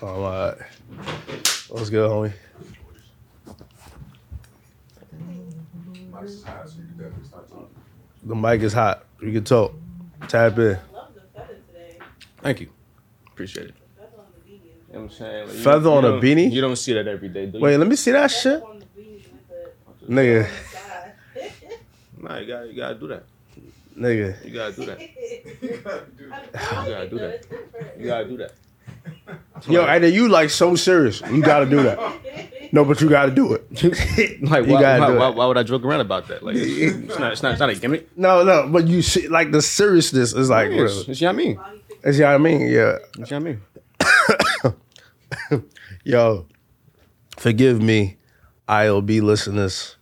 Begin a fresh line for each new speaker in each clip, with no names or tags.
All right. Let's go, homie.
Mike's high, so you can definitely start talking.
The mic is hot. You can talk. Tap in.
Love the feather today.
Thank you. Appreciate it.
The feather on the beanie.
You know what I'm saying? Like, you-
Feather
you
on a
don't-
beanie?
You don't see that every day, do you?
Wait, let me see that
Feather
shit.
on the beanie with the
Nigga,
side.
Nah, you gotta, you gotta do that.
nigga.
You gotta do that.
You gotta do that.
I
gotta
like
do
it though.
that.
It's different.
You gotta do that.
Yo, and then you like so serious. You gotta do that. No, but you gotta do it.
Like,
You
why,
gotta
why,
do
why,
it.
why would I joke around about that? Like, it's, it's not, it's not, it's not a gimmick.
no, no, but you see, like the seriousness is like,
it's,
really.
it's what I mean.
While he fixes
That's what I mean. Yeah.
It's what I mean.
Yo, forgive me, ILB listeners.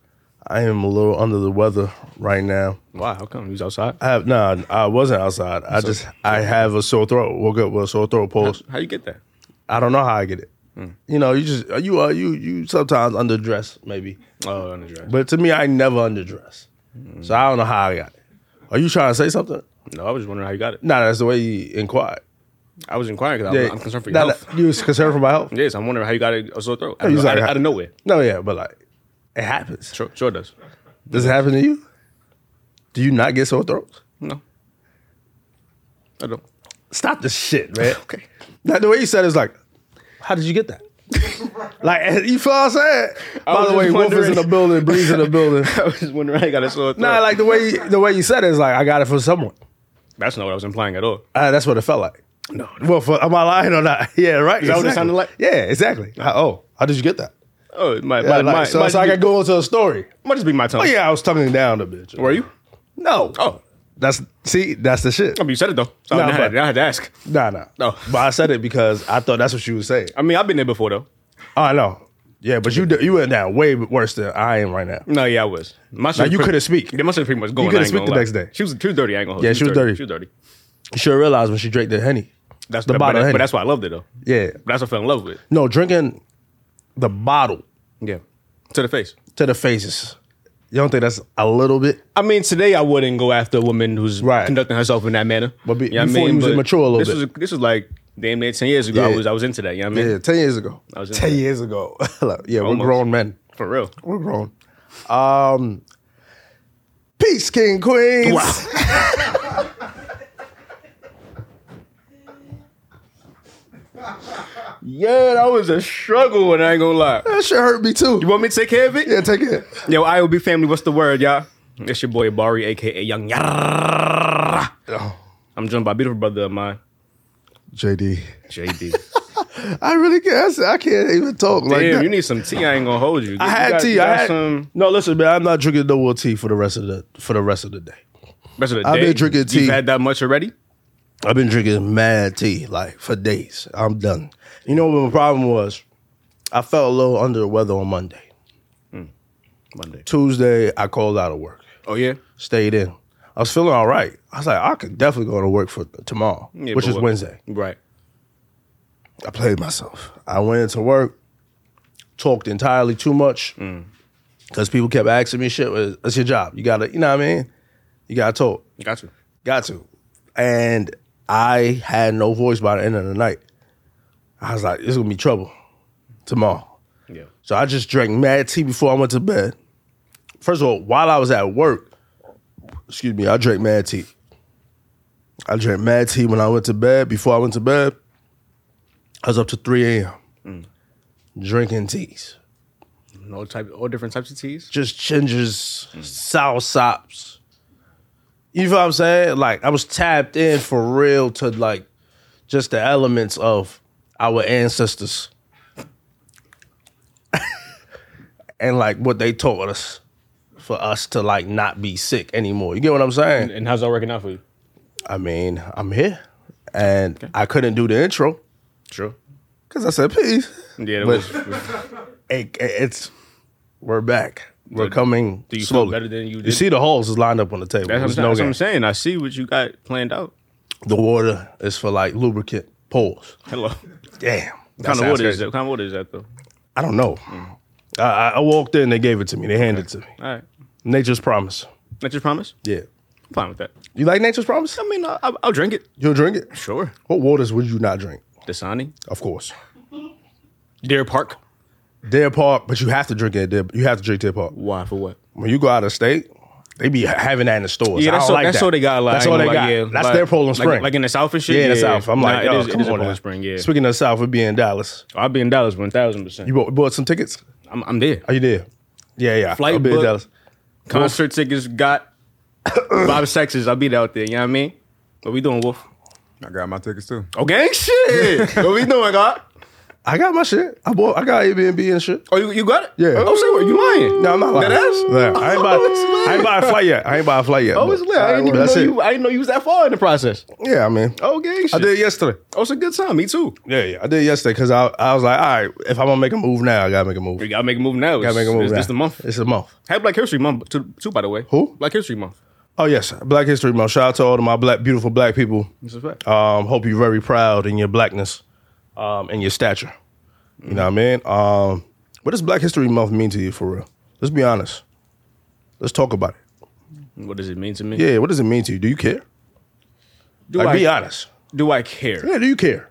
I am a little under the weather right now.
Why? How come? He's outside.
I have nah, I wasn't outside. I just I have a sore throat. Woke up with a sore throat
How,
pulse.
how you get that?
I don't know how I get it.
Hmm.
You know, you just you are you you sometimes underdress maybe, uh,
Oh, on the dress.
but to me I never underdress.
Hmm.
So I don't know how I got it. Are you trying to say something?
No, I was just wondering how you got it.
Nah, that's the way you inquired.
I was inquiring because I'm, I'm concerned for your
Nah,
health.
nah, you was concerned for my health.
Yes, I'm wondering how you got it. a sore throat out,
You
of,
was like,
out, of- out of nowhere.
No, yeah, but like it happens.
Sure, sure does.
Does it happen to you? Do you not get sore throats?
No, I don't.
Stop this shit, man. okay. Now the way you said it's like, how did you get that? like you feel what I'm saying? By
was
the way,
just
Wolf is in the
wondering.
building, Breeze in the building.
I was just wondering how you got a sore throat.
nah, like the way you, the way you said it is like I got it from someone.
that's not what I was implying at all.
Uh, that's what it felt like.
No,
Well, for, am I lying or not? Yeah, right. Is
that what it sounded like?
Yeah, exactly. How- oh, how did you get that?
Oh, it might,
Yeah,
might,
like,
might,
so
might,
so I
just
could
be,
go into a story.
might just be my tongue.
Oh yeah, I was tonguing down the bitch.
Were you?
No.
Oh,
That's see, that's the shit.
I mean, you said it though. So
No,
I, mean, I had,
but-
I had to ask.
Nah, nah.
No.
But I said it because I thought that's what you would say.
I mean, I've been there before though.
Oh, I know. Yeah, but you you went down way worse than I am right now.
No, yeah, I was. My
you couldn't speak.
Yeah, my shit pretty much going.
couldn't
I ain't
speak
gonna
the
lie.
next day.
She was, she was dirty. I ain't gonna hold
Yeah,
you.
she was dirty.
She was dirty.
You should realize when she drank the henny.
That's
The
the
bottle,
bottom. But,
ain't it?
that's why I loved it though.
Yeah.
That's what I fell in love with.
No, drinking the bottle
Yeah. To the face.
to the faces. You don't think that's a little bit?
I mean, today I wouldn't go after a woman who's
Right.
conducting herself in that manner.
But be-
You know what I
before you
mean?
was
But
immature a little
this
bit.
Was this was like damn near ten years ago.
Yeah.
I was I was into that. You know what I mean?
Yeah, ten years ago.
I was in
ten
there.
years ago. Like, yeah, we're
Almost.
grown men.
For real.
We're grown. Um, peace, king, queens.
Wow. Yeah, that was a struggle, and I ain't gonna lie.
That shit hurt me too.
You want me to take care of it?
yeah, take it.
Yo, IOB family, what's the word, y'all? It's your boy Bari, aka Young Yarra.
Oh,
I'm joined by a beautiful brother of mine,
JD,
JD.
I really can't. I said, I can't even talk like
Damn,
that.
you need some tea. I ain't gonna hold you.
I
You
had
got-
tea.
you
I
got
had
some.
no. Listen, man, I'm not drinking no more tea for the rest of the for the rest of the day.
Rest of the
I've
day.
been drinking tea.
You've had that much already.
I've been drinking mad tea like for days. I'm done. You know what my problem was? I felt a little under the weather on Monday.
Monday.
Tuesday, I called out of work,
Oh yeah.
stayed in. I was feeling all right. I was like, I could definitely go to work for tomorrow,
Yeah,
which
but
is
what-
Wednesday.
Right.
I played myself. I went into work, talked entirely too much
Mm.
because people kept asking me shit. "Well, It's your job. You gotta, you know what I mean? You gotta talk.
Got you.
Got to. And I had no voice by the end of the night. I was like, it's gonna be trouble tomorrow.
Yeah.
So I just drank mad tea before I went to bed. First of all, while I was at work, excuse me, I drank mad tea. I drank mad tea when I went to bed. Before I went to bed, I was up to 3 a.m. drinking teas.
All type, all different types of teas.
Just gingers, sour sops. You feel what I'm saying? Like I was tapped in for real to like just the elements of our ancestors and like what they taught us for us to like not be sick anymore. You get what I'm saying?
And how's that working out for you?
I mean, I'm here and I couldn't do the intro
True.
because I said peace.
Yeah. That
But-
was,
It, it's we're back. We're
Do-
coming
do you feel
slowly.
better than you
You
did?
see the holes is lined up on the table.
that's what, I'm,
There's
saying.
no
that's what
game.
I'm saying. I see what you got planned out.
The water is for like lubricant poles.
Hello. What
Damn. That
kind of
sounds
water is
crazy.
that? What kind of water is that though?
I don't know. I, I I walked in, they gave it to me. They handed it to me.
All right.
Nature's promise.
That's your promise.
Yeah.
I'm fine with that.
You like nature's promise?
I mean, I'll, I'll drink it.
You'll drink it?
Sure.
What waters would you not drink?
Dasani.
Of course.
Deer Park.
Deer Park, but you have to drink it. at Deer, you have to drink Deer Park.
Why for what?
When you go out of state, they be having that in the stores. I
Yeah, that's,
don't
all,
like
that's
that.
all they got. Like,
that's all they
like,
got.
Yeah,
that's
like-
their Poland
like-
Spring.
like in the South and shit.
Yeah, in the South. I'm
Nah,
like,
it
yo,
is, it
come
is a
on now.
Poland Spring. Yeah,
Speaking of the South, we be in Dallas.
I'll be in Dallas one thousand percent.
You bought, bought some tickets?
I'm, I'm there.
Are you there? Yeah, yeah.
Flight
I'll be in
booked.
Dallas.
Concert tickets got. Bob Sexes. I'll be out there. You know what I mean? What we doing, Wolf?
I got my tickets too.
Oh, gang shit. what we doing, God?
I got my shit. I bought. I got Airbnb and shit.
Oh, you, you got it?
Yeah.
Oh, say what? You lying?
No, I'm not lying.
That ass?
Yeah, I ain't buy.
Oh, it's lit.
I ain't buy a flight yet. I ain't buy a flight yet.
Oh,
but-
it's lit. I didn't
But
even
that's
know
it.
you. I didn't know you was that far in the process.
Yeah, I mean,
Oh, gang shit.
I did yesterday.
Oh, it's a good time. Me too.
Yeah, yeah. I did yesterday because I, I was like, all right, if I'm gonna make a move now, I gotta make a move.
We gotta make a move now.
gotta make a move.
It's
now.
just the month.
It's a month.
Happy Black History Month too, too, by the way.
Who?
Black History Month.
Oh yes, Black History Month. Shout out to all of my black, beautiful black people.
This is a fact.
Um, hope you're very proud in your blackness, um, and your stature. You know what I mean? Um, what does Black History Month mean to you for real? Let's be honest. Let's talk about it.
what does it mean to me?
Yeah, what does it mean to you? Do you care?
Do
Like,
I
be honest.
do I care?
Yeah, do you care?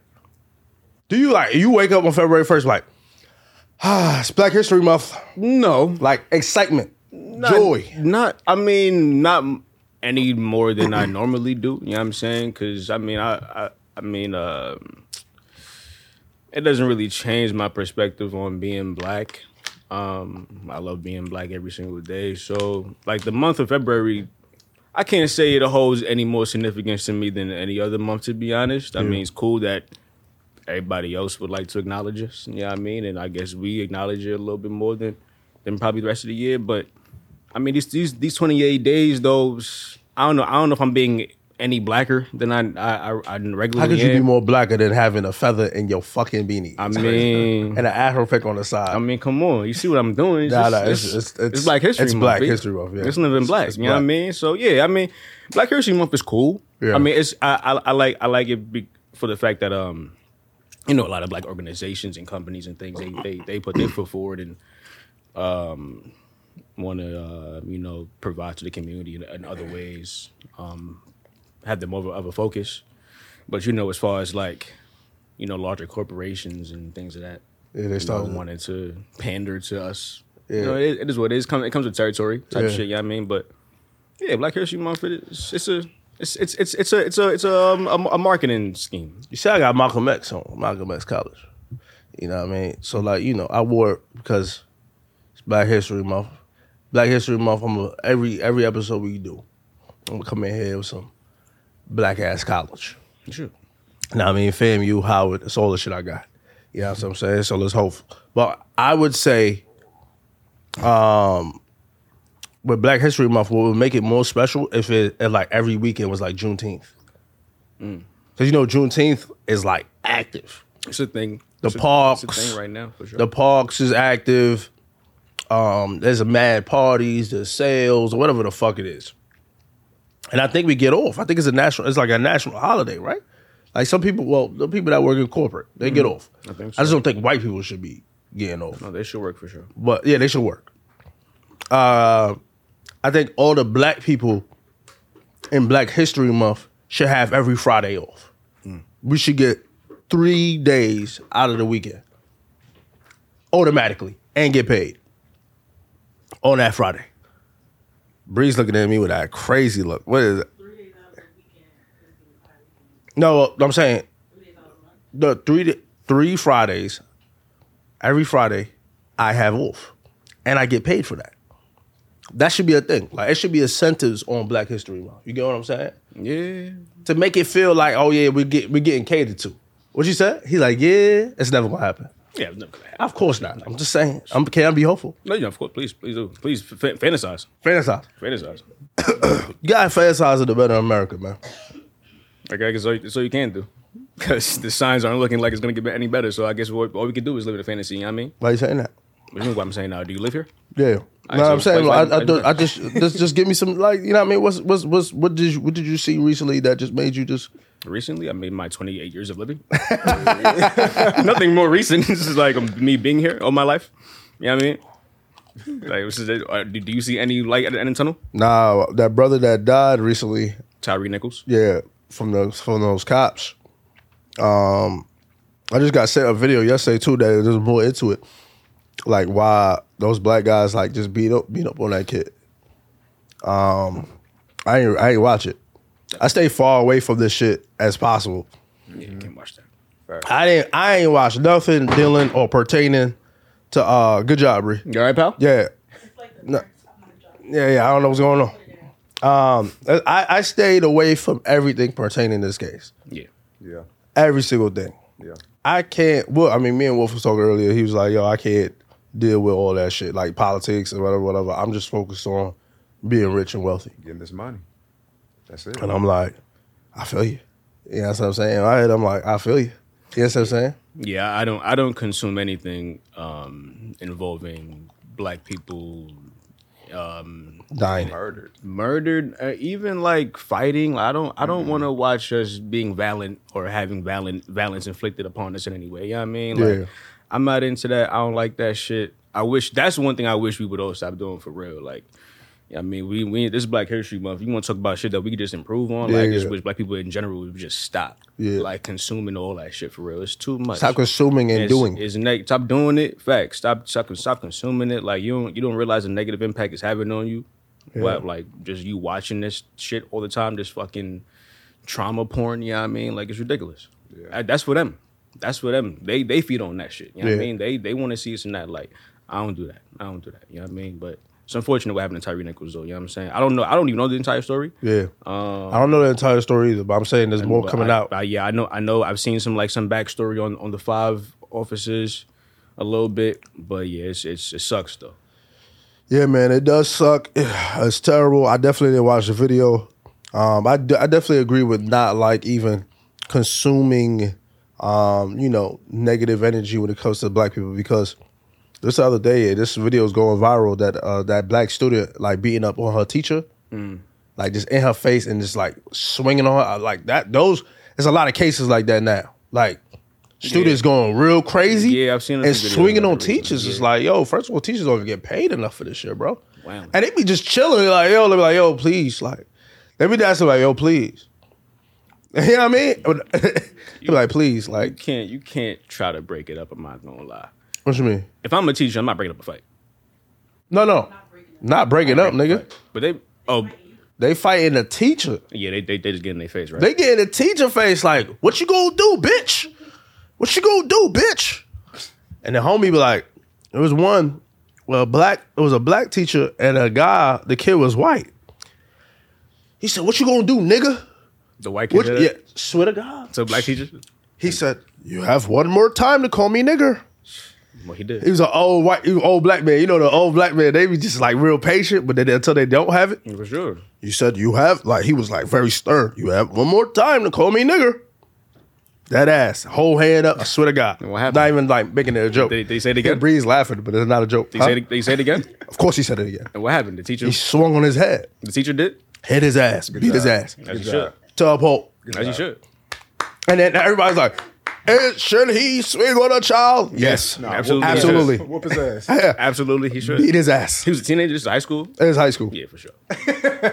Do you like you wake up on February first like, ah, it's Black History Month,
No,
like excitement,
not-
joy.
Not. I mean, not m- any more than I normally do. You know what I'm saying? Because I mean, I, I, I mean, uh, it doesn't really change my perspective on being black. Um, I love being black every single day. So, like the month of February, I can't say it holds any more significance to me than any other month. To be honest, I mean, it's cool that everybody else would like to acknowledge us. You know what I mean? And I guess we acknowledge it a little bit more than than probably the rest of the year. But I mean these these these twenty eight days those I don't know I don't know if I'm being any blacker than I I, I, I regularly
How could you
am.
be more blacker than having a feather in your fucking beanie?
I
It's crazy.
mean-
and an afro pick on the side.
I mean, come on, you see what I'm doing? It's,
Nah,
just-
nah,
it's,
it's-
it's,
it's- it's-
Black History
it's
Month.
Black
bitch.
History Month, yeah.
It's living
It's-
black.
it's
you know what I
black.
mean? So yeah, I mean, Black History Month is cool.
Yeah.
I mean, it's I, I I like I like it be, for the fact that um, you know, a lot of black organizations and companies and things they they they put their foot forward and um, want to uh, you know provide to the community in, in other ways. Um, have them over of a focus, but you know, as far as like you know, larger corporations and things of that
yeah, they
you know,
started.
wanted to pander to us.
Yeah.
You know, it, it is what it is. Come- It comes with territory type
Yeah.
shit. You know what I mean? But yeah, Black History Month. It is, it's a it's it's it's it's a it's a it's a, um, a, a marketing scheme.
You see, I got Malcolm X on Malcolm X College. You know what I mean? So like, you know, I wore it because it's Black History Month. Black History Month. I'm a, every every episode we do, I'm gonna come in here with some black ass college.
Sure.
Now I mean, fam, you Howard, it's all the shit I got. You know what I'm saying? So let's hope. But I would say, um, with Black History Month, what would make it more special if it if like every weekend was like Juneteenth, because you know Juneteenth is like active.
It's a thing.
The
it's a,
parks,
It's a thing right now for sure.
the parks is active. Um, there's a mad parties, there's sales, whatever the fuck it is. And I think we get off. I think it's a national. It's like a national holiday, right? Like some people, well, the people that work in corporate, they get off. I,
think
just don't think white people should be getting off.
no, they should work for sure.
But yeah, they should work. Uh, I think all the black people in Black History Month should have every Friday off. We should get three days out of the weekend automatically and get paid on that Friday. Bree's looking at me with that crazy look. What is it?
Three days out of the weekend is the entire weekend.
No, I'm saying
Three days out of the month.
the three three Fridays, every Friday, I have off, and I get paid for that. That should be a thing. Like it should be incentives on Black History Month. You get what I'm saying?
Yeah.
To make it feel like, oh yeah, we get we're getting catered to. What you said? He's like, yeah, it's never gonna happen.
Yeah. It's never gonna happen.
Of course not. I'm just saying. I'm can I be hopeful?
No, you know, of course. Please, please do. Please fa- fantasize.
Fantasize.
Fantasize.
You gotta fantasize of the better America, man.
Like I guess all you, that's all you can do. Because the signs aren't looking like it's gonna get any better. So I guess what, all we can do is live in a fantasy. You know what I mean?
Why you saying that?
What do you mean what I'm saying now? Do you live here?
Yeah.
I
No,
see.
I'm saying
Like-
like, I, I,
like-
don't- I just just just give me some like you know what I mean. What's what's what's what did you, what did you see recently that just made you just
recently. I made my 28 years of living. Nothing more recent. This is like um, me being here all my life. You know what I mean? Like, this is it. Uh, do, do you see any light at the end of the tunnel?
Nah, that brother that died recently,
Tyree Nichols.
yeah, from those from those cops. Um, I just got sent a video yesterday too that is more into it, like why those black guys like just beat up beat up on that kid. Um, I ain't I ain't watch it. I stay far away from this shit as possible.
Yeah, can't watch that.
I didn't I ain't watch nothing dealing or pertaining to uh. Good job, Bree.
You all right, pal?
Yeah,
It's like the
No.
first time I dropped
yeah, yeah. I don't know what's going on.
it out.
Um, I, I stayed away from everything pertaining to this case.
Yeah.
Yeah,
Every single thing.
yeah.
I can't. Well, I mean, me and Wolf was talking earlier. He was like, "Yo, I can't deal with all that shit, like politics and whatever, whatever. I'm just focused on being rich and wealthy."
Getting this money. That's it.
And I'm like, "I feel you." You know what I'm saying? In my head, I'm like, "I feel you." You know what I'm saying?
Yeah, I don't I don't consume anything um involving black people
Dying.
Murdered.
murdered uh, even like fighting i don't i
Mm-hmm.
don't want to watch us being violent or having violent violence inflicted upon us in any way you know what i mean like
Yeah.
i'm not into that i don't like that shit i wish that's one thing i wish we would all stop doing for real like you know what I mean, we, we this Black History Month. You want to talk about shit that we could just improve on? like, I
Yeah,
just
yeah.
wish black people in general would just stop,
Yeah.
like consuming all that shit for real. It's too much.
Stop consuming and
It's-
doing.
It's neg- stop doing it. Facts. Stop, stop stop consuming it. Like you don't you don't realize the negative impact it's having on you. What like just you watching this shit all the time, this fucking trauma porn, you know what I mean? Like it's ridiculous.
Yeah.
That- That's for them. That's for them. They they feed on that shit. You know what I
Yeah.
mean? They they want to see us in that light. I don't do that. I don't do that. You know what I mean? But it's unfortunate what happened to Tyree Nichols though. You know what I'm saying? I don't know. I don't even know the entire story.
yeah. I don't know the entire story either, but I'm saying there's more
But
coming
um, I-
out.
I- yeah, I know. I know. I've seen some like some backstory on on the five officers a little bit, but yeah, it's, it's it sucks though.
Yeah, man, it does suck. It's terrible. I definitely didn't watch the video. Um, I, d- I definitely agree with not like even consuming, um, you know, negative energy when it comes to black people because this other day this video is going viral that uh, that black student like beating up on her teacher,
Mm.
like just in her face and just like swinging on her I- like that. Those there's a lot of cases like that now. Like students going real crazy.
Yeah, I've seen a
and
few videos
swinging
about
on
that recently,
teachers. It's
yeah.
like, yo, first of all, teachers don't even get paid enough for this shit, bro.
Wow.
And they be just chilling, like, yo, they be like, yo, please, like, they be asking like, yo, please. You know what I mean? they be like, please,
You
like,
can't you can't try to break it up. I'm not gonna lie.
what you mean?
If I'm a teacher, I'm not breaking up a fight.
No, no, not breaking up, nigga.
But they oh
They fighting a teacher.
yeah, they they, they just get in their face right.
They getting a teacher face like, what you gonna do, bitch? What you gonna do, bitch? And the homie be like, there was one, well, black, it was a black teacher and a guy, the kid was white. He said, what you gonna do, nigga?
the white
What,
kids.
yeah, swear to God.
So black teachers.
He said, you have one more time to call me nigger.
Well, he did.
He was an old white, he was an old black man. You know, the old black man, they be just like real patient, but then until they don't have it,
for sure.
you said you have like he was like very stern. You have one more time to call me nigger. That ass, whole hand up. I swear to God,
What happened?
not even like making it a joke.
Did he- did he say it again?
Breeze laughing, but it's not a joke.
They
Huh?
say it, they say it again.
of course, he said it again.
and what happened? The teacher
He swung on his head,
the teacher did
hit his ass, beat his
job.
ass
as you should
job.
to uphold,
as you should.
and then everybody's like, "Eh, "Should he swing on a child?" Yes,
Nah,
Absolutely.
whoop his
Absolutely.
ass. Whoop his ass.
Yeah.
Absolutely, he should.
beat his ass.
He was a teenager, this is high school.
It was high school.
Yeah, for sure.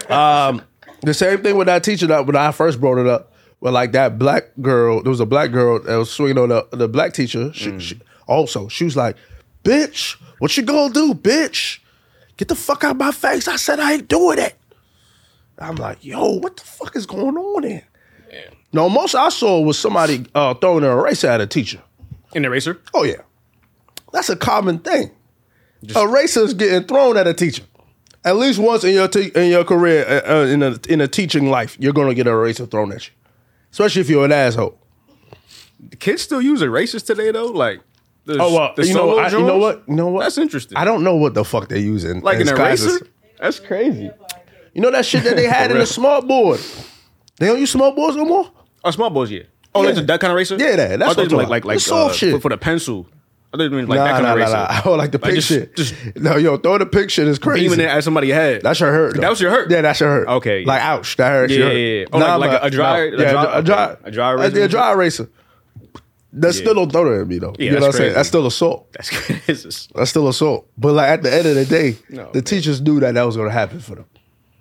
The same thing with that teacher that when I first brought it up, but like that black girl, there was a black girl that was swinging on the, the black teacher. She, she, also, she was like, "Bitch, what you gonna do, bitch? Get the fuck out of my face!" I said, "I ain't doing it." I'm like, "Yo, what the fuck is going on here?" No, most I saw was somebody uh, throwing an eraser at a teacher.
An eraser.
Oh yeah, that's a common thing.
Just-
Erasers getting thrown at a teacher. At least once in your te- in your career uh, uh, in a in a teaching life, you're gonna get an eraser thrown at you, especially if you're an asshole.
kids still use erasers today though. Like, the,
Oh well,
the
you know
solo
I, you know
drums?
what you know what
That's interesting.
I don't know what the fuck they use in
like
in
an
Sky's-
eraser. That's crazy.
You know that shit that they had in
real.
the smart board. They don't use smart boards no more.
Oh, small balls, yeah. Oh,
Yeah.
that's that kind of eraser.
Yeah, that- that's
I thought
what
you meant
I'm
like like
talking about.
like
The soft
uh,
shit.
For, for the pencil. I didn't mean like that
Nah,
kind
nah,
of
nah,
eraser.
nah. I don't like the
Like,
pink
just-
shit.
just-
no, yo, throw the pink shit is crazy.
Even it at somebody head.
That should hurt.
That was your hurt?
Yeah, that should hurt.
Okay, yeah.
Like ouch, that hurt.
Yeah,
should hurt.
yeah, yeah. Oh, like- like
but-
a dry-
no.
a
yeah,
dry-
a dry,
okay. A dry
I did
eraser?
a dry eraser. That still don't throw that at me though.
Yeah,
you know
that's
what I'm saying?
crazy.
That's still assault.
That's crazy.
That's still assault. But like at the end of the day,
No,
the
man. Mm.
teachers knew that that was going to happen for them.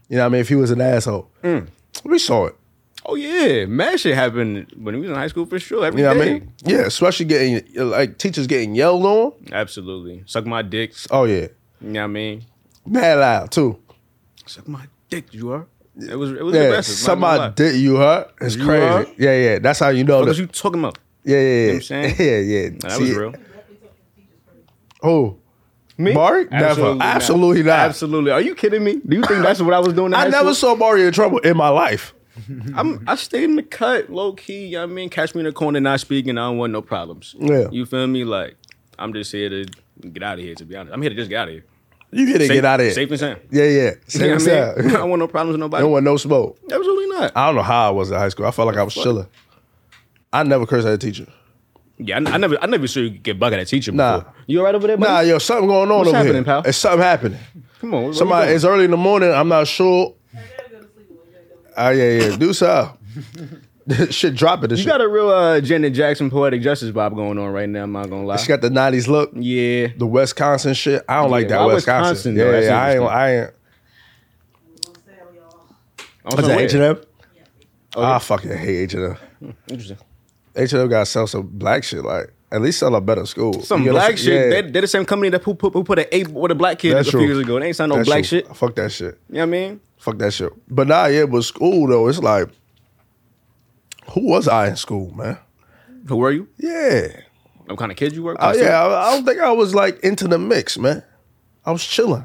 You know what I mean? If he was an asshole, we saw it.
Oh yeah, mad shit happened when we was in high school for sure. Every
You know what I
day.
mean? Yeah, especially getting like teachers getting yelled on.
Absolutely. Suck my dick.
Oh yeah,
You know what I mean?
mad loud too.
Suck my dick, you are. It was it was
Yeah,
aggressive.
somebody did you hurt. It's
You
crazy.
hurt?
Yeah, yeah. That's how you know
What was
that.
you talking about?
yeah, yeah, yeah.
I'm saying?
yeah, yeah.
That was
See,
real.
Oh,
Me?
Mari? Never. Absolutely not.
Absolutely. Are you kidding me? Do you think that's what I was doing? In
I
high
never
school?
saw Mario in trouble in my life.
I'm, I stayed in the cut, low key. You know what I mean, catch me in the corner, not speaking. I don't want no problems.
Yeah.
You feel me? Like I'm just here to get out of here. To be honest, I'm here to just get out of here.
You get to get out of here.
Safe and sound.
Yeah, yeah.
You know
Same
what I, mean? I
sound.
don't want no problems with nobody.
Don't want no smoke.
Absolutely not.
I don't know how I was in high school. I felt like I was chilling. I never cursed at a teacher.
Yeah, I, I never, I never sure you could get bugged at a teacher.
Nah.
before. you all right over there? Buddy?
Nah, yo, something going on
What's
over here.
happening, pal?
It's something happening.
come on. what- what you
Somebody.
doing?
It's early in the morning. I'm not sure.
I gotta go to sleep. when you gotta go.
Oh yeah, yeah. Do so. shit dropping this
You
shit.
got a real uh, Janet Jackson poetic justice vibe going on right now. I'm not gonna lie.
she got the '90s look.
yeah,
The Wisconsin shit. I don't like
Yeah,
that
why
Wisconsin.
Wisconsin, though?
yeah,
That's
yeah. I ain't.
interesting.
I ain't.
I'm gonna sell y'all.
Also,
Was that H and M? I
Oh, yeah.
fucking hate H and M.
Interesting.
H and M got to sell some black shit. Like at least sell a better school.
Some
You get what I'm
black
saying?
shit.
Yeah.
They, they're the same company that who put, who put an ape with a black kid
That's
a
true.
few years ago. They ain't signed no
That
black shit.
Fuck that shit.
You know what I mean?
Fuck that shit. But nah, yeah, but school though, it's like, who was I in school, man?
Who were you?
Yeah,
What kind of kid you were?
oh yeah. I, I don't think I was like into the mix, man. I was chilling.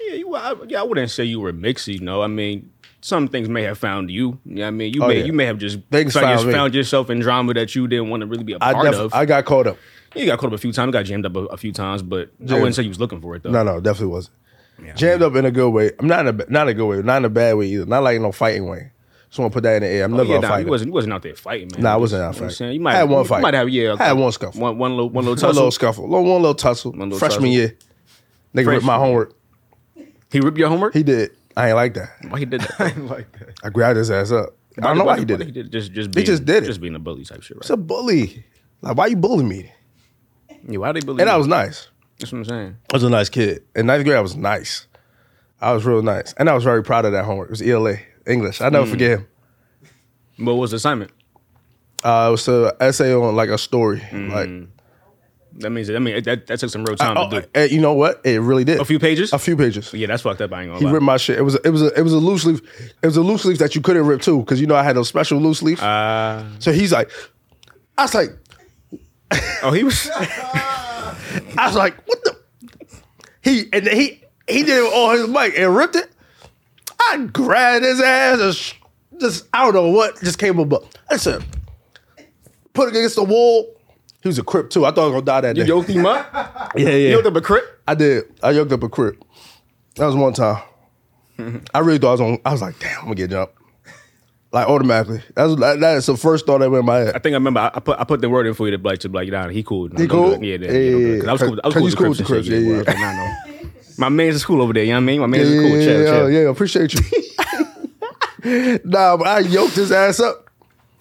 Yeah, you, I, yeah, I wouldn't say you were mixy. No, I mean some things may have found you. You know what I mean, you
Oh,
may
yeah.
you may have just
Things
found,
found
just
me.
found yourself in drama that you didn't want to really be a
I
part
def-
of.
I got caught up.
you got caught up a few times, got jammed up a, a few times, but
Yeah.
I wouldn't say you was looking for it though.
No, no, definitely wasn't. Jammed up in a good way. I'm not in a ba- not a good way, not in a bad way either. Not like no fighting way. Just want to put that in the air. I'm never
Oh, yeah,
a
nah, you
fighter.
wasn't you wasn't out there fighting, man.
Nah, I wasn't out
You know what I'm
fighting.
saying? You might
I had one
you
fight.
Might have yeah.
I had one scuffle.
One one little one little
One little
tussle.
scuffle, one, one little tussle.
little
Freshman
tussle.
year, nigga ripped
Freshman.
my homework.
He ripped your homework.
He did. I ain't like that.
Why he did that?
like that.
I grabbed his ass up. I don't know why he did
He
it.
did just just
He
being,
just did it.
Just being a bully type shit, right?
It's a bully. Like, why you bullying me?
yeah, why they bully?
And I
you?
was nice.
That's what I'm saying.
I was a nice kid. In ninth grade, I was nice. I was real nice, and I was very proud of that homework. It was ELA English. I
Mm.
never forget him.
But what was the assignment?
Uh, it was an essay on like a story, like
That means that mean that, that took some real Mm. time
Oh,
to do.
eh, you know what? It really did.
A few pages.
A few pages.
Yeah, that's fucked up. I ain't gonna
He
lie.
ripped my shit. It was a, it was a, it was a loose leaf. It was a loose leaf that you couldn't rip too, because you know I had those special loose leaves.
uh,
so he's like, I was like,
oh, he was.
I was like, what the? He and then he he did it on his mic and ripped it. I grabbed his ass and sh- just I don't know what just came up. I said, put it against the wall. He was a crip too. I thought I was gonna die that day.
you yoked him up.
yeah, yeah.
You yoked up a crip.
I did. I yoked up a crib. That was one time. I really thought I was on. I was like, damn, I'm gonna get jumped. Like automatically. That's that, that is the first thought that went in my
I
head.
think I remember. I, I put I put the word in for you to like to black you down. He cool. No,
He
don't do
cool?
it. Yeah, yeah,
Yeah,
yeah. don't do
yeah,
it. 'Cause I was
yeah.
cool. with- I
Cause
was cool
you
with the
cool with
Crips.
the
Yeah, yeah.
Crips, yeah,
yeah. I was like, nah, no. My man's is cool over there. You know what I mean? My man's
yeah,
is cool.
yeah,
Chill,
yeah,
chill.
yeah, appreciate you. nah, but I yoked his ass up.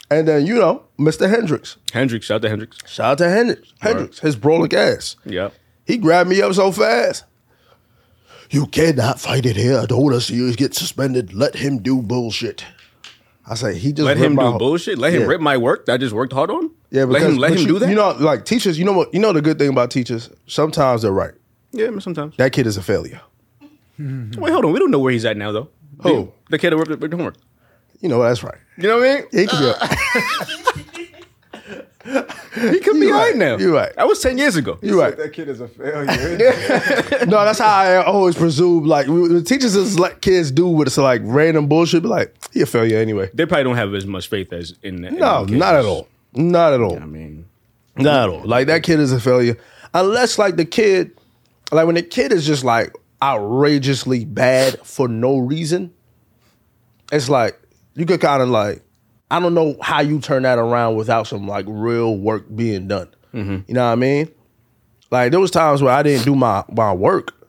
And then, you know, Mr. Hendrix.
Hendrix, shout out to Hendrix.
Shout out to Hendrix. Hendrix, his brolic ass.
Yeah.
He grabbed me up so fast. You cannot fight it here. I don't want to see you get suspended. Let him do bullshit. I say he just
Let
ripped
him
my
do
whole-
bullshit. Let him
Yeah.
rip my work that I just worked hard on.
Yeah,
let
because
him let
but
him
you,
do that.
You know, like teachers. You know what? You know the good thing about teachers. Sometimes they're right.
yeah, I mean, sometimes.
That kid is a failure.
Wait, hold on. We don't know where he's at now though.
Who?
The, the kid that ripped, ripped the homework.
You know that's right.
You know what I mean?
He could be. A,
He could be
You
right,
right.
now.
You right.
That was ten years ago.
you right.
That kid is a failure.
No, that's how I always presume. Like we- the teachers just let kids do with it's like random bullshit. But like he a failure anyway.
They probably don't have as much faith as in. the- in
No,
the kids.
not at all. Not at all.
I mean,
Not at all. Like that kid is a failure. Unless like the kid, like when the kid is just like outrageously bad for no reason, it's like you could kind of like, I don't know how you turn that around without some like real work being done. You know what I mean? Like there was times where I didn't do my my work,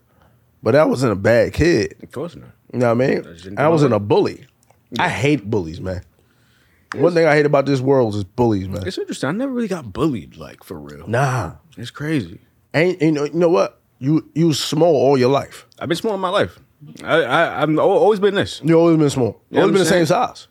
but I wasn't a bad kid.
of course not.
You know what I
just
mean?
didn't
I
do
wasn't
my
a bully. I hate bullies, man. One thing I hate about this world is bullies, man.
It's interesting. I never really got bullied, like for real.
Nah.
It's crazy.
And you know, you know what? You you was small all your life.
I've been small in my life. I, I I've al- always been this.
You always been small. You
know
always
what
been the
I'm
same size.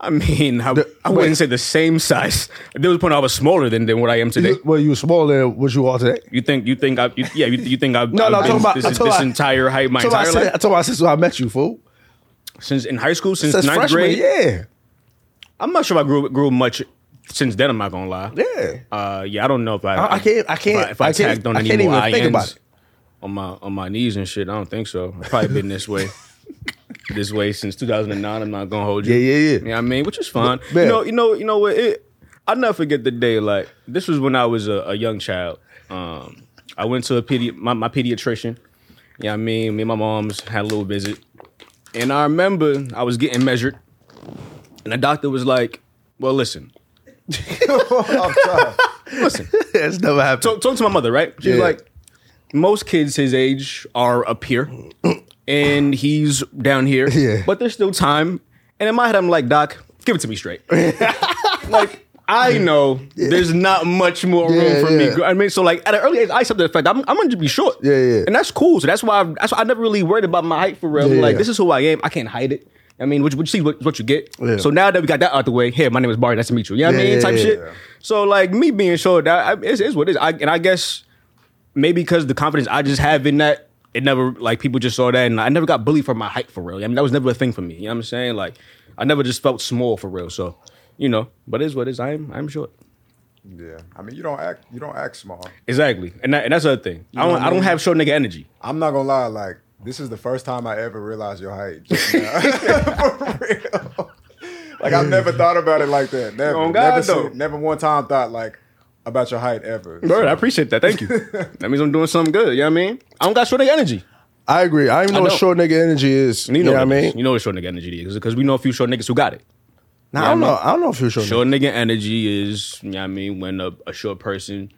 I mean, I,
The-
I wouldn't
wait.
say the same size. There was a point I was smaller than, than what I am today.
You- well, you were smaller than what you are today.
You think you think I you, yeah you, you think I've
No,
I've
no, I'm
been
talking about-
this,
I'm talking
this
about-
entire height my
So I
entire
said,
life
I told my sister I met you, fool.
since in high school since
Since
ninth
freshman,
grade.
yeah,
I'm not sure if I grew grew much since then. I'm not gonna lie.
yeah.
Uh, yeah, I don't know if I.
I- I can't- I can't-
If I,
I
if I,
can't-
tagged on
I
any
can't
more
even think
INs
about it.
on my on my knees and shit, I don't think so. I've probably been this way, this way since 2009. I'm not gonna hold you.
Yeah, yeah, yeah.
You know what I mean, which is fine.
man.
You know, you know, you know what? It, I never forget the day. Like this was when I was a, a young child. Um, I went to a pedi- my, my pediatrician. Yeah, you know what I mean, me and my mom's had a little visit, and I remember I was getting measured, and the doctor was like, "Well, listen." Listen,
That's never happened.
talk, talk to my mother, right? She's
Yeah.
like, most kids his age are up here, and he's down here.
Yeah.
But there's still time. And in my head, I'm like, Doc, give it to me straight. like, I know there's not much more room
Yeah,
for
yeah.
me. I mean, so like at an early age, I accepted the fact I'm, I'm going to be short.
Yeah, yeah.
And that's cool. So that's why I, that's why I never really worried about my height for real.
Yeah,
like
yeah.
this is who I am. I can't hide it. I mean, what you, what you see, what, what you get.
Yeah.
So now that we got that out the way, here, my name is Barry. Nice to meet you. You know what I
Yeah,
mean?
yeah,
Type
yeah.
shit. So like me being short, that I, it's, it's what it is. I, and I guess maybe because the confidence I just have in that, it never like people just saw that, and I never got bullied for my height for real. I mean, that was never a thing for me. You know what I'm saying? Like, I never just felt small for real. So, you know, but it is what it is. I'm I'm short.
Yeah, I mean, you don't act, you don't act small.
Exactly, and that, and that's the thing. I don't I don't have short nigga energy.
I'm not gonna lie, like this is the first time I ever realized your height. just now. For real. Like I've never thought about it like that. Never,
On God,
never, seen-
though.
never one time thought like about your height ever.
Bird, I appreciate that. Thank you. that means I'm doing something good. You know what I mean? I don't got short nigga energy.
I agree. I don't even know what
don't.
short nigga energy is.
And you know
what I
it is.
mean?
You know what short nigga energy is because we know a few short niggas who got it.
Nah,
Yeah,
I don't
I
know.
mean-
I don't know if you're short.
Short nigga energy is, you know what I mean, when a, a short person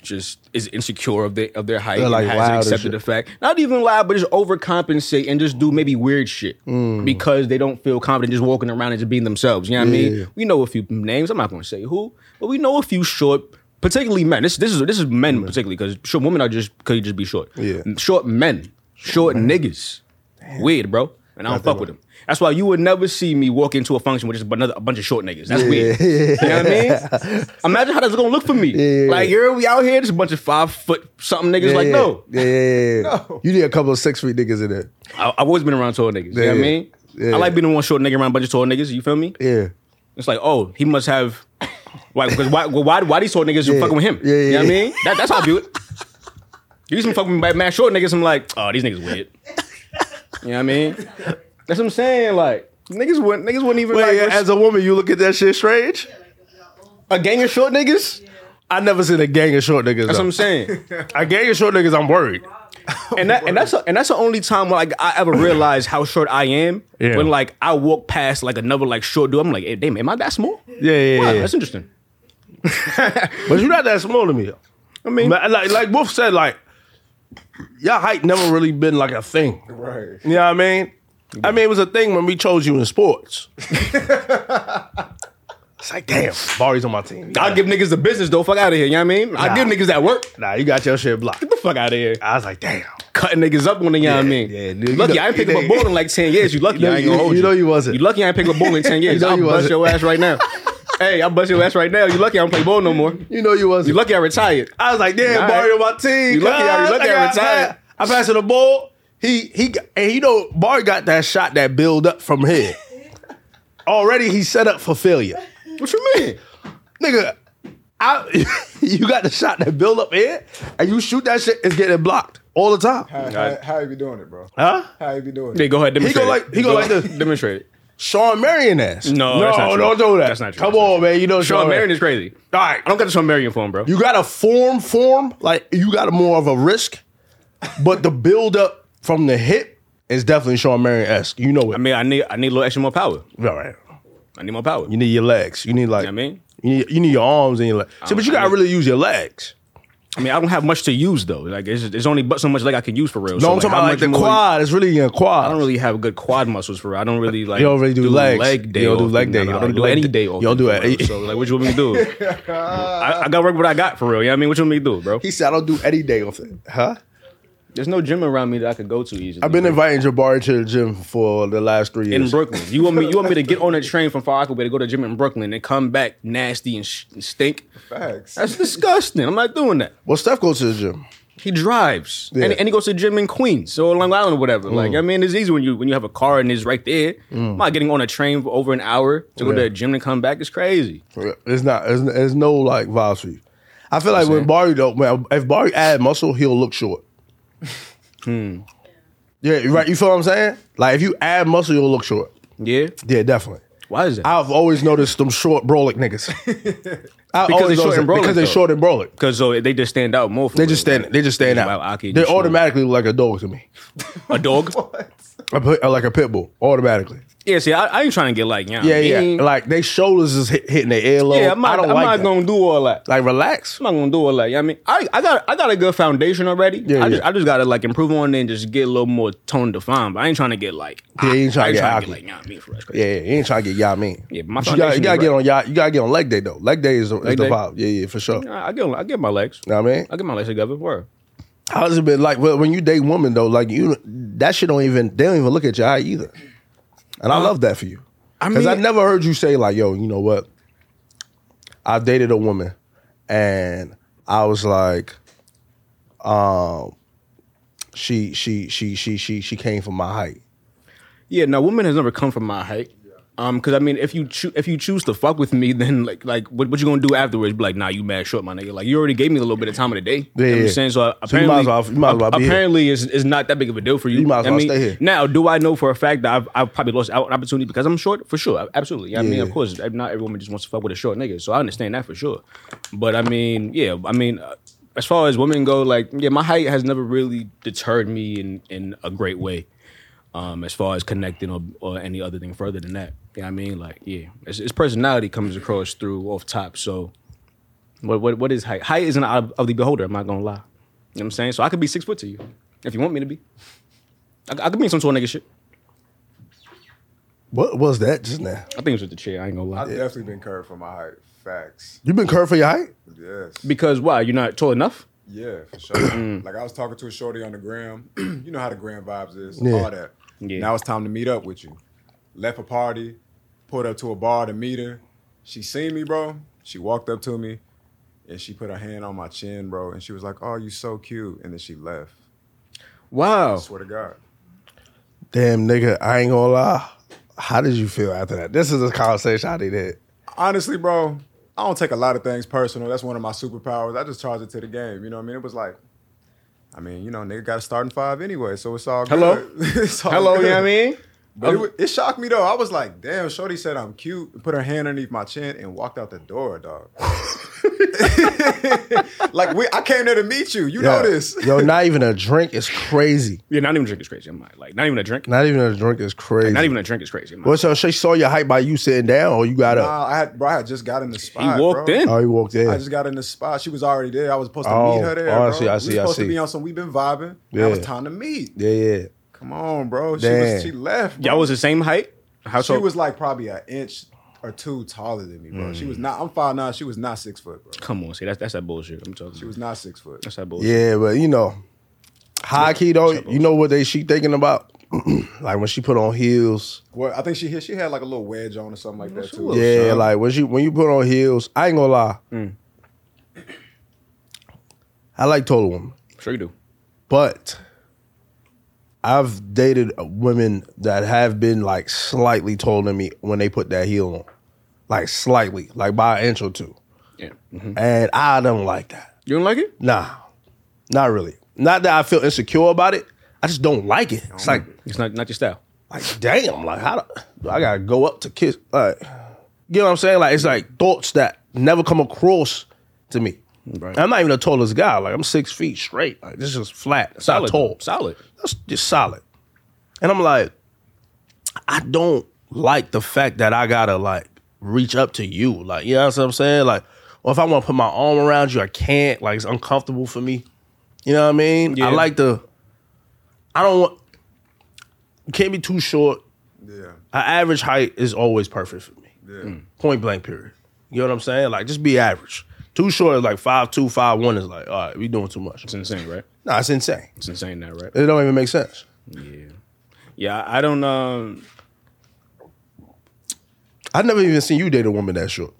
just is insecure of their of their height
They're,
and
like, loud
hasn't
and
accepted
shit.
the fact. Not even lie, but just overcompensate and just do maybe weird shit
Mm.
because they don't feel confident just walking around and just being themselves. You know what
Yeah.
I mean? We know a few names. I'm not going to say who, but we know a few short, particularly men. This this is this is men particularly because short women are just could just be short.
Mm. Yeah.
short men, short niggas. Weird, bro. And I don't fuck with them. That's why you would never see me walk into a function with just another, a bunch of short niggas. That's weird. You know what I mean? Imagine how that's gonna look for me.
Yeah.
Like, here we out here, just a bunch of five foot something niggas.
yeah,
like,
yeah,
no,
Yeah, yeah, yeah. yeah.
No.
You need a couple of six feet niggas in there.
I, I've always been around tall niggas. You know what I
Yeah.
mean?
Yeah.
I like being the one short nigga around a bunch of tall niggas. You feel me?
Yeah.
It's like, oh, he must have. Why? Because why? Why? Why these short niggas
Yeah.
are fucking with him?
Yeah, yeah,
you know what I
yeah.
mean? That, that's how I view it. You some fucking mad, mad short niggas. I'm like, oh, these niggas weird. You know what I mean? That's what I'm saying. Like niggas wouldn't. Niggas wouldn't even like res-
a woman, you look at that shit strange.
a, gang of short niggas.
I never seen a gang of short niggas.
That's what
though.
I'm saying.
A gang of short niggas, I'm worried.
and that and that's a, and that's the only time like I ever realized how short I am.
Yeah.
When like I walk past like another like short dude, I'm like, hey, damn, am I that small?
Yeah, yeah,
Wow,
yeah.
that's interesting.
But you're not that small to me.
I mean,
Like, like, like Wolf said, like your height never really been like a thing.
Right.
You know what I mean? I mean, it was a thing when we chose you in sports. it's like, damn, Barry's on my team.
I give niggas the business though. Fuck out of here. You know what I mean? I
Nah.
give niggas that work.
Nah, you got your shit blocked.
Get the fuck out of here.
I was like, damn.
Cutting niggas up on the, you know what I
Yeah,
mean?
yeah, dude, you
lucky
know-
I ain't
you
picked up
know-
a ball in like 10 years. You lucky
You know
I ain't
you-
gonna hold
you
you.
know you wasn't.
You lucky I ain't picked up a ball in 10 years.
You know
I'll
you
bust
wasn't.
your ass right now. hey, I'll bust your ass right now. You lucky I don't play ball no more.
You know you wasn't.
You lucky I retired.
I was like, damn,
Nah.
Barry on my team.
You lucky I- you
cuz.
lucky I
got
retired.
pa- I passed him the ball. He he got- and you know Barry got that shot that build up from here. Already he set up for failure.
What you mean?
Nigga, I you got the shot that build up here, and you shoot that shit, it's getting blocked all the time.
How, how, how you be doing it, bro?
Huh?
How you be doing
They
it?
go ahead. Demonstrate.
go
it.
like- he go like this.
Demonstrate it.
Sean Marion ass.
No,
no,
that's not true.
don't do that.
That's not true.
Come
That's not
on, man. You know
Sean Marion is crazy.
All right,
I don't got the Sean Marion form, bro.
you got a form, form like you got more of a risk, but the build up from the hip is definitely Sean Marion esque. You know it.
I mean, I need I need a little extra more power.
all right.
I need more power.
You need your legs. You need like
I mean?
you need, you need your arms and your legs. See, but you
I
gotta
need-
really use your legs.
I mean, I don't have much to use though. Like, it's, it's only but so much leg I can use for real.
No,
so,
I'm talking
how
about like
much
the
more-
quad. It's really your quad.
I don't really have good quad muscles for real. I don't really like.
You don't really do legs.
Leg day.
You don't do
off.
leg day.
No,
You
no, I
don't
don't
do
do
leg
any
day.
day. off
You don't do
for real.
it.
So like, what you want me to do? I, I got to work with what I got for real. Yeah, I mean, what you want me to do, bro?
He said, "I don't do any day off it, huh?"
There's no gym around me that I could go to easily.
I've been inviting Jabari to the gym for the last three years.
in Brooklyn. You want me? You want me to get on a train from Far Rockaway to go to a gym in Brooklyn and come back nasty and, sh- and stink?
Facts.
That's disgusting. I'm not doing that.
well, Steph goes to the gym.
He drives
Yeah. Mm.
and, and he goes to the gym in Queens or Long Island or whatever. Like I mean, it's easy when you when you have a car and it's right there. I'm not getting on a train for over an hour to go
Yeah.
to a gym and come back. It's crazy.
It's not. It's, it's no like vibes for you. I feel like when
saying?
Barry though, when, if Barry add muscle, he'll look short.
Hmm.
Yeah, you right. You feel what I'm saying? Like if you add muscle, you'll look short.
Yeah.
Yeah, definitely.
Why is that?
I've always noticed them short brolic niggas. I
Because they
always
short
noticed
and
them-
brolic,
because they
though.
short and brolic.
Because so uh, they just stand out more. For
They
it.
just stand. They just stand
Wow,
out.
Aki, you
They
short.
automatically look like a dog to me,
a dog.
a pit- like a pit bull. Automatically.
Yeah. See, I, I ain't trying to get like you know what
Yeah,
I mean?
yeah. Like they shoulders is hit, hitting their earlobe.
yeah. I'm not,
I don't
I'm
like
not
that.
gonna do all that.
Like relax.
I'm not gonna do it like I mean I, I got I got a good foundation already.
Yeah,
I just
yeah.
I just gotta like improve on it and just get a little more tone defined. But I ain't trying to get like
Yeah, you ain't
I
tryna
ain't
get
tryna
cocky.
like you know what I mean for us.
Yeah, yeah, you ain't trying to get y'all mean.
Yeah, but my
But you gotta, you
foundation
gotta
is
get
right.
on y'all. You gotta get on leg day though. Leg day is, the- is
Leg
the
day? Uh,
vibe. Yeah, yeah, for sure. You
I I get I get my legs.
know what I mean?
I get my legs together. Where?
How's it been like well, when you date women though? Like you, that shit don't even they don't even look at your eye either. And I love that for you
Uh, I
because I
mean-
never heard you say like, "Yo, you know what? I dated a woman, and I was like, um, she she she she she she came from my height.
Yeah, no, woman has never come from my height. Um, because I mean, if you choo- if you choose to fuck with me, then like like what, what you gonna do afterwards? Be like, nah, you mad short, my nigga. Like you already gave me a little bit of time of the day. You know
Yeah,
what
yeah.
I'm saying so.
So you might
Apparently,
as well- you might as well
ap-
be here.
apparently, it's, it's not that big of a deal for you.
You might as
I
well
mean,
stay here.
Now, do I know for a fact that I've, I've probably lost out on opportunity because I'm short? For sure, absolutely. You know what I mean,
Yeah.
of course, not every woman just wants to fuck with a short nigga, so I understand that for sure. But I mean, yeah, I mean. Uh, as far as women go, like yeah, my height has never really deterred me in in a great way um, as far as connecting or, or any other thing further than that. You know what I mean? Like, yeah, it's, it's personality comes across through off top. So, what what what is height? Height is an eye of of the beholder. I'm not gonna lie. You know what I'm saying? So I could be six foot to you if you want me to be. I, I could be some sort of nigga shit.
What was that just now?
I think it was with the chair. I ain't gonna lie.
I've definitely been curved for my height. Facts.
You been curved for your height?
Yes.
Because why? You're not tall enough.
Yeah, for sure.
Mm.
like I was talking to a shorty on the gram. you know how the gram vibes is,
Yeah.
all that.
Yeah.
Now it's time to meet up with you. Left a party, pulled up to a bar to meet her. She seen me, bro. She walked up to me and she put her hand on my chin, bro. And she was like, Oh, you so cute. And then she left. I
Wow.
swear to God.
Damn nigga, I ain't gonna lie. How did you feel after that? This is a conversation I need to hit.
Honestly, bro, I don't take a lot of things personal. That's one of my superpowers. I just charge it to the game. You know what I mean? It was like, I mean, you know, nigga got a starting five anyway, so it's all
Hello?
good. It's all
Hello. You know
good.
what I mean?
But it, wa- it shocked me though. I was like, damn, Shorty said I'm cute, put her hand underneath my chin, and walked out the door, dog. like we, I came there to meet you. You
Yo,
know this.
yo, not even a drink is crazy.
Yeah. Not even a drink is crazy. I'm like, like not even a drink.
Not even a drink is crazy.
Not even a drink is crazy. I'm
Well,
like,
so she saw your height by you sitting down, or you got up?
Nah, I had, bro, I had just got in the spot.
walked
bro.
in.
Oh, you walked in.
I just got in the spot. She was already there. I was supposed to
Oh,
meet her there.
oh, I
bro.
see, I see,
we
I
supposed
see.
to be on some. We've been vibing.
Yeah.
Now it's time to meet.
yeah, yeah.
Come on, bro. She
Damn.
was, she left. Bro.
y'all was the same height. How
she
so?
was like probably an inch or two taller than me, bro. She
Mm.
was not. I'm five nine. She was not six foot, bro.
Come on, see that's that's that bullshit. I'm talking.
She was not six foot.
That's that bullshit.
Yeah, but you know, high key though, you know what they she thinking about? like when she put on heels.
Well, I think she hit. She had like a little wedge on or something like that too.
Little
yeah,
shove.
like when she when you put on heels, I ain't gonna lie.
Mm.
I like taller women,
Sure you do.
but I've dated women that have been like slightly taller than me when they put that heel on, like slightly, like by an inch or 2
Yeah. mm-hmm.
and I don't like that.
You don't like it?
Nah, not really. Not that I feel insecure about it. I just don't like it. It's like,
It's not not your style.
like damn, like how do, I gotta go up to kiss? Like, you know what I'm saying? Like, it's like thoughts that never come across to me.
Right.
I'm not even the tallest guy. Like, I'm six feet straight. Like, this is flat. It's not tall.
Solid.
That's just solid. And I'm like, I don't like the fact that I gotta like reach up to you. Like, you know what I'm saying? Like, or if I wanna put my arm around you, I can't. Like, it's uncomfortable for me. You know what I mean?
Yeah.
I like the, I don't want, you can't be too short.
Yeah,
An average height is always perfect for me.
yeah.
Mm.
Point blank, period. You know what I'm saying? Like, just be average. Too short is like five two, five one is like, all right, we doing too much.
It's insane, right?
Nah, it's insane.
It's insane now, right?
It don't even make sense.
Yeah. Yeah, I don't um
I never even seen you date a woman that short.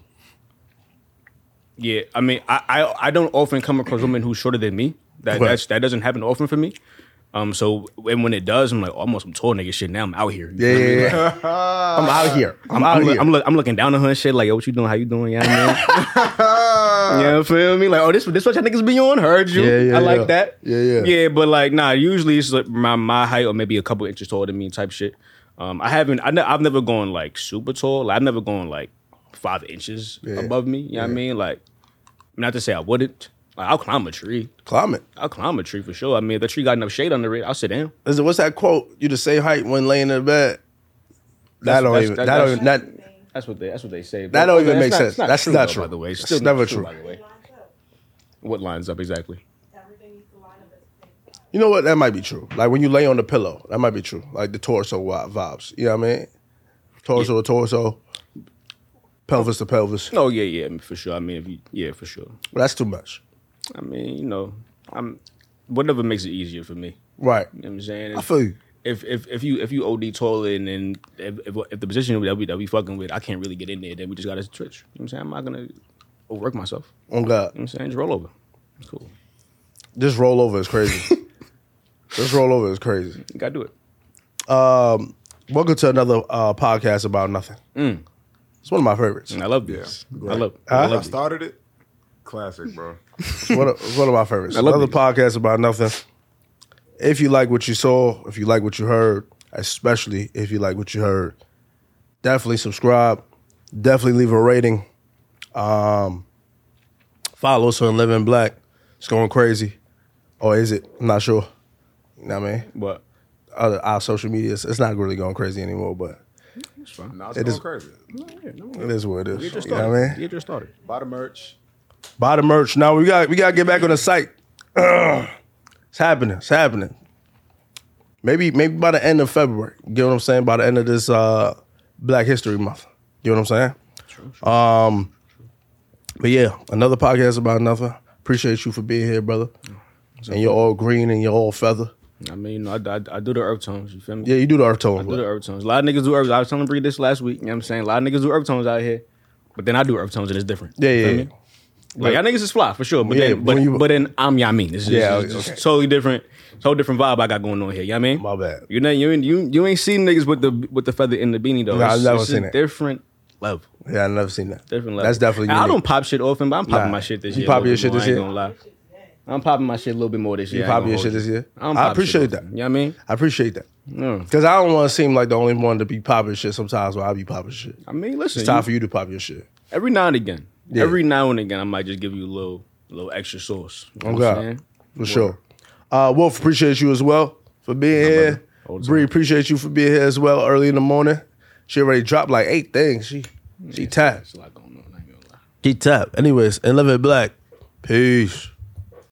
yeah, I mean I I, I don't often come across women who's shorter than me. That
Right.
that's, that doesn't happen often for me. Um so and when it does, I'm like, oh, I'm on some tall nigga shit now. I'm out here. You
Yeah,
feel me?
yeah, yeah. I'm out here. I'm, out
I'm, look-
here.
I'm, look- I'm looking down on her and shit like, yo, what you doing? How you doing? Yeah, man. yeah, feel me? Like, oh, this this what y'all niggas be on? Heard you?
Yeah, yeah,
I like
yeah.
that.
Yeah, yeah.
Yeah, but like, nah. Usually it's like my my height or maybe a couple inches taller than me type shit. Um, I haven't. I ne- I've never gone like super tall. I've never gone like five inches above me. You know what I mean? Like, not to say I wouldn't. Like, I'll climb a tree.
Climate.
I'll climb a tree for sure. I mean, if the tree got enough shade under it, I'll sit down.
Listen, what's that quote? You the same height when laying in the bed. That
That's-
don't
that's-
even.
that-
That don't. even- That,
Everything
That's what they. That's what they say.
That don't even make sense. That's not
though,
true.
By the way, it's
That's
still not
never true.
true. By the way,
lines up.
what lines up exactly?
Everything needs to line up at the same time.
you know what? That might be true. Like when you lay on the pillow, that might be true. Like the torso wi- vibes. You know what I mean? Torso to torso, pelvis to pelvis.
No, Oh, yeah, yeah, I mean, for sure. I mean, if you, yeah, for sure.
But that's too much.
I mean, you know, I'm whatever makes it easier for me.
Right.
You know what I'm saying? If,
I feel you.
if if if you if you OD taller and then if, if, if the position that we that we fucking with, I can't really get in there. Then we just got to twitch. You know what I'm saying? I'm not gonna overwork myself.
On God.
You know what I'm saying? Just roll over. It's cool.
This rollover is crazy. this rollover is crazy.
You gotta do it.
Welcome to another uh, podcast about nothing. It's one of my favorites.
And I love this. I love.
Huh?
I
I
love. it.
started it. Classic, bro.
It's one, of, it's one of my favorites.
I love
Another
these.
podcast about nothing. If you like what you saw, if you like what you heard, especially if you like what you heard, definitely subscribe. Definitely leave a rating. Um, follow us on Living Black. It's going crazy. Or is it? I'm not sure. You know what I mean?
But
Other, our social media, it's not really going crazy anymore, but
it's fine.
Now it's
It
going
is-
crazy.
it is what it
You
is.
just
You know what I
started.
mean?
You just started.
Buy the merch.
Buy the merch. Now we got we gotta get back on the site. Ugh. It's happening. It's happening. Maybe maybe by the end of February. You know what I'm saying? By the end of this uh, Black History Month. You know what I'm saying? Um but yeah, another podcast about nothing. Appreciate you for being here, brother. And you're all green and you're all feather.
I mean, I, I, I do the earth tones. You feel me?
Yeah, you do the earth tone.
do the
bro.
herb tones. A lot of niggas do herbs. I was telling Bree this last week. You know what I'm saying? A lot of niggas do herb tones out here, but then I do herb tones and it's different.
Yeah,
You
yeah,
feel
yeah.
me? Like y'all niggas is fly for sure, but
Yeah,
then, but,
when you-
but then I'm Yamin. It's just,
Yeah,
it's just
okay.
totally different, totally different vibe I got going on here. You know what I mean?
My bad.
You know you ain't you you ain't seen niggas with the with the feather in the beanie though.
Nah, I've
It's-
never
it's a
seen it.
Different level,
Yeah, I've never seen that.
different level.
That's definitely
And I
unique.
don't pop shit often, but I'm popping
Nah.
my shit this
You
year.
popping
a
your
little
shit this
bit more,
year?
I ain't gonna lie.
Shit, dang.
I'm popping my shit a little bit more this year.
You
I ain't
popping
gonna
your shit
hold you.
this year?
I don't
I
pop shit
appreciate that.
often. You know what I mean?
I appreciate that.
Yeah.
Cause I don't want to seem like the only one to be popping shit sometimes when I be popping shit.
I mean, listen.
It's
you-
time for you to pop your shit.
Every now and again.
Yeah.
Every now and again, I might just give you a little, little extra sauce. You know
Oh
what I'm
God,
saying?
for sure. Uh, Wolf, appreciate you as well for being here.
All the
Bree,
time.
appreciate you for being here as well. Early in the morning, she already dropped like eight things. She she tapped.
There's a lot going on. I ain't gonna lie.
She tapped. Anyways, and love it black. Peace.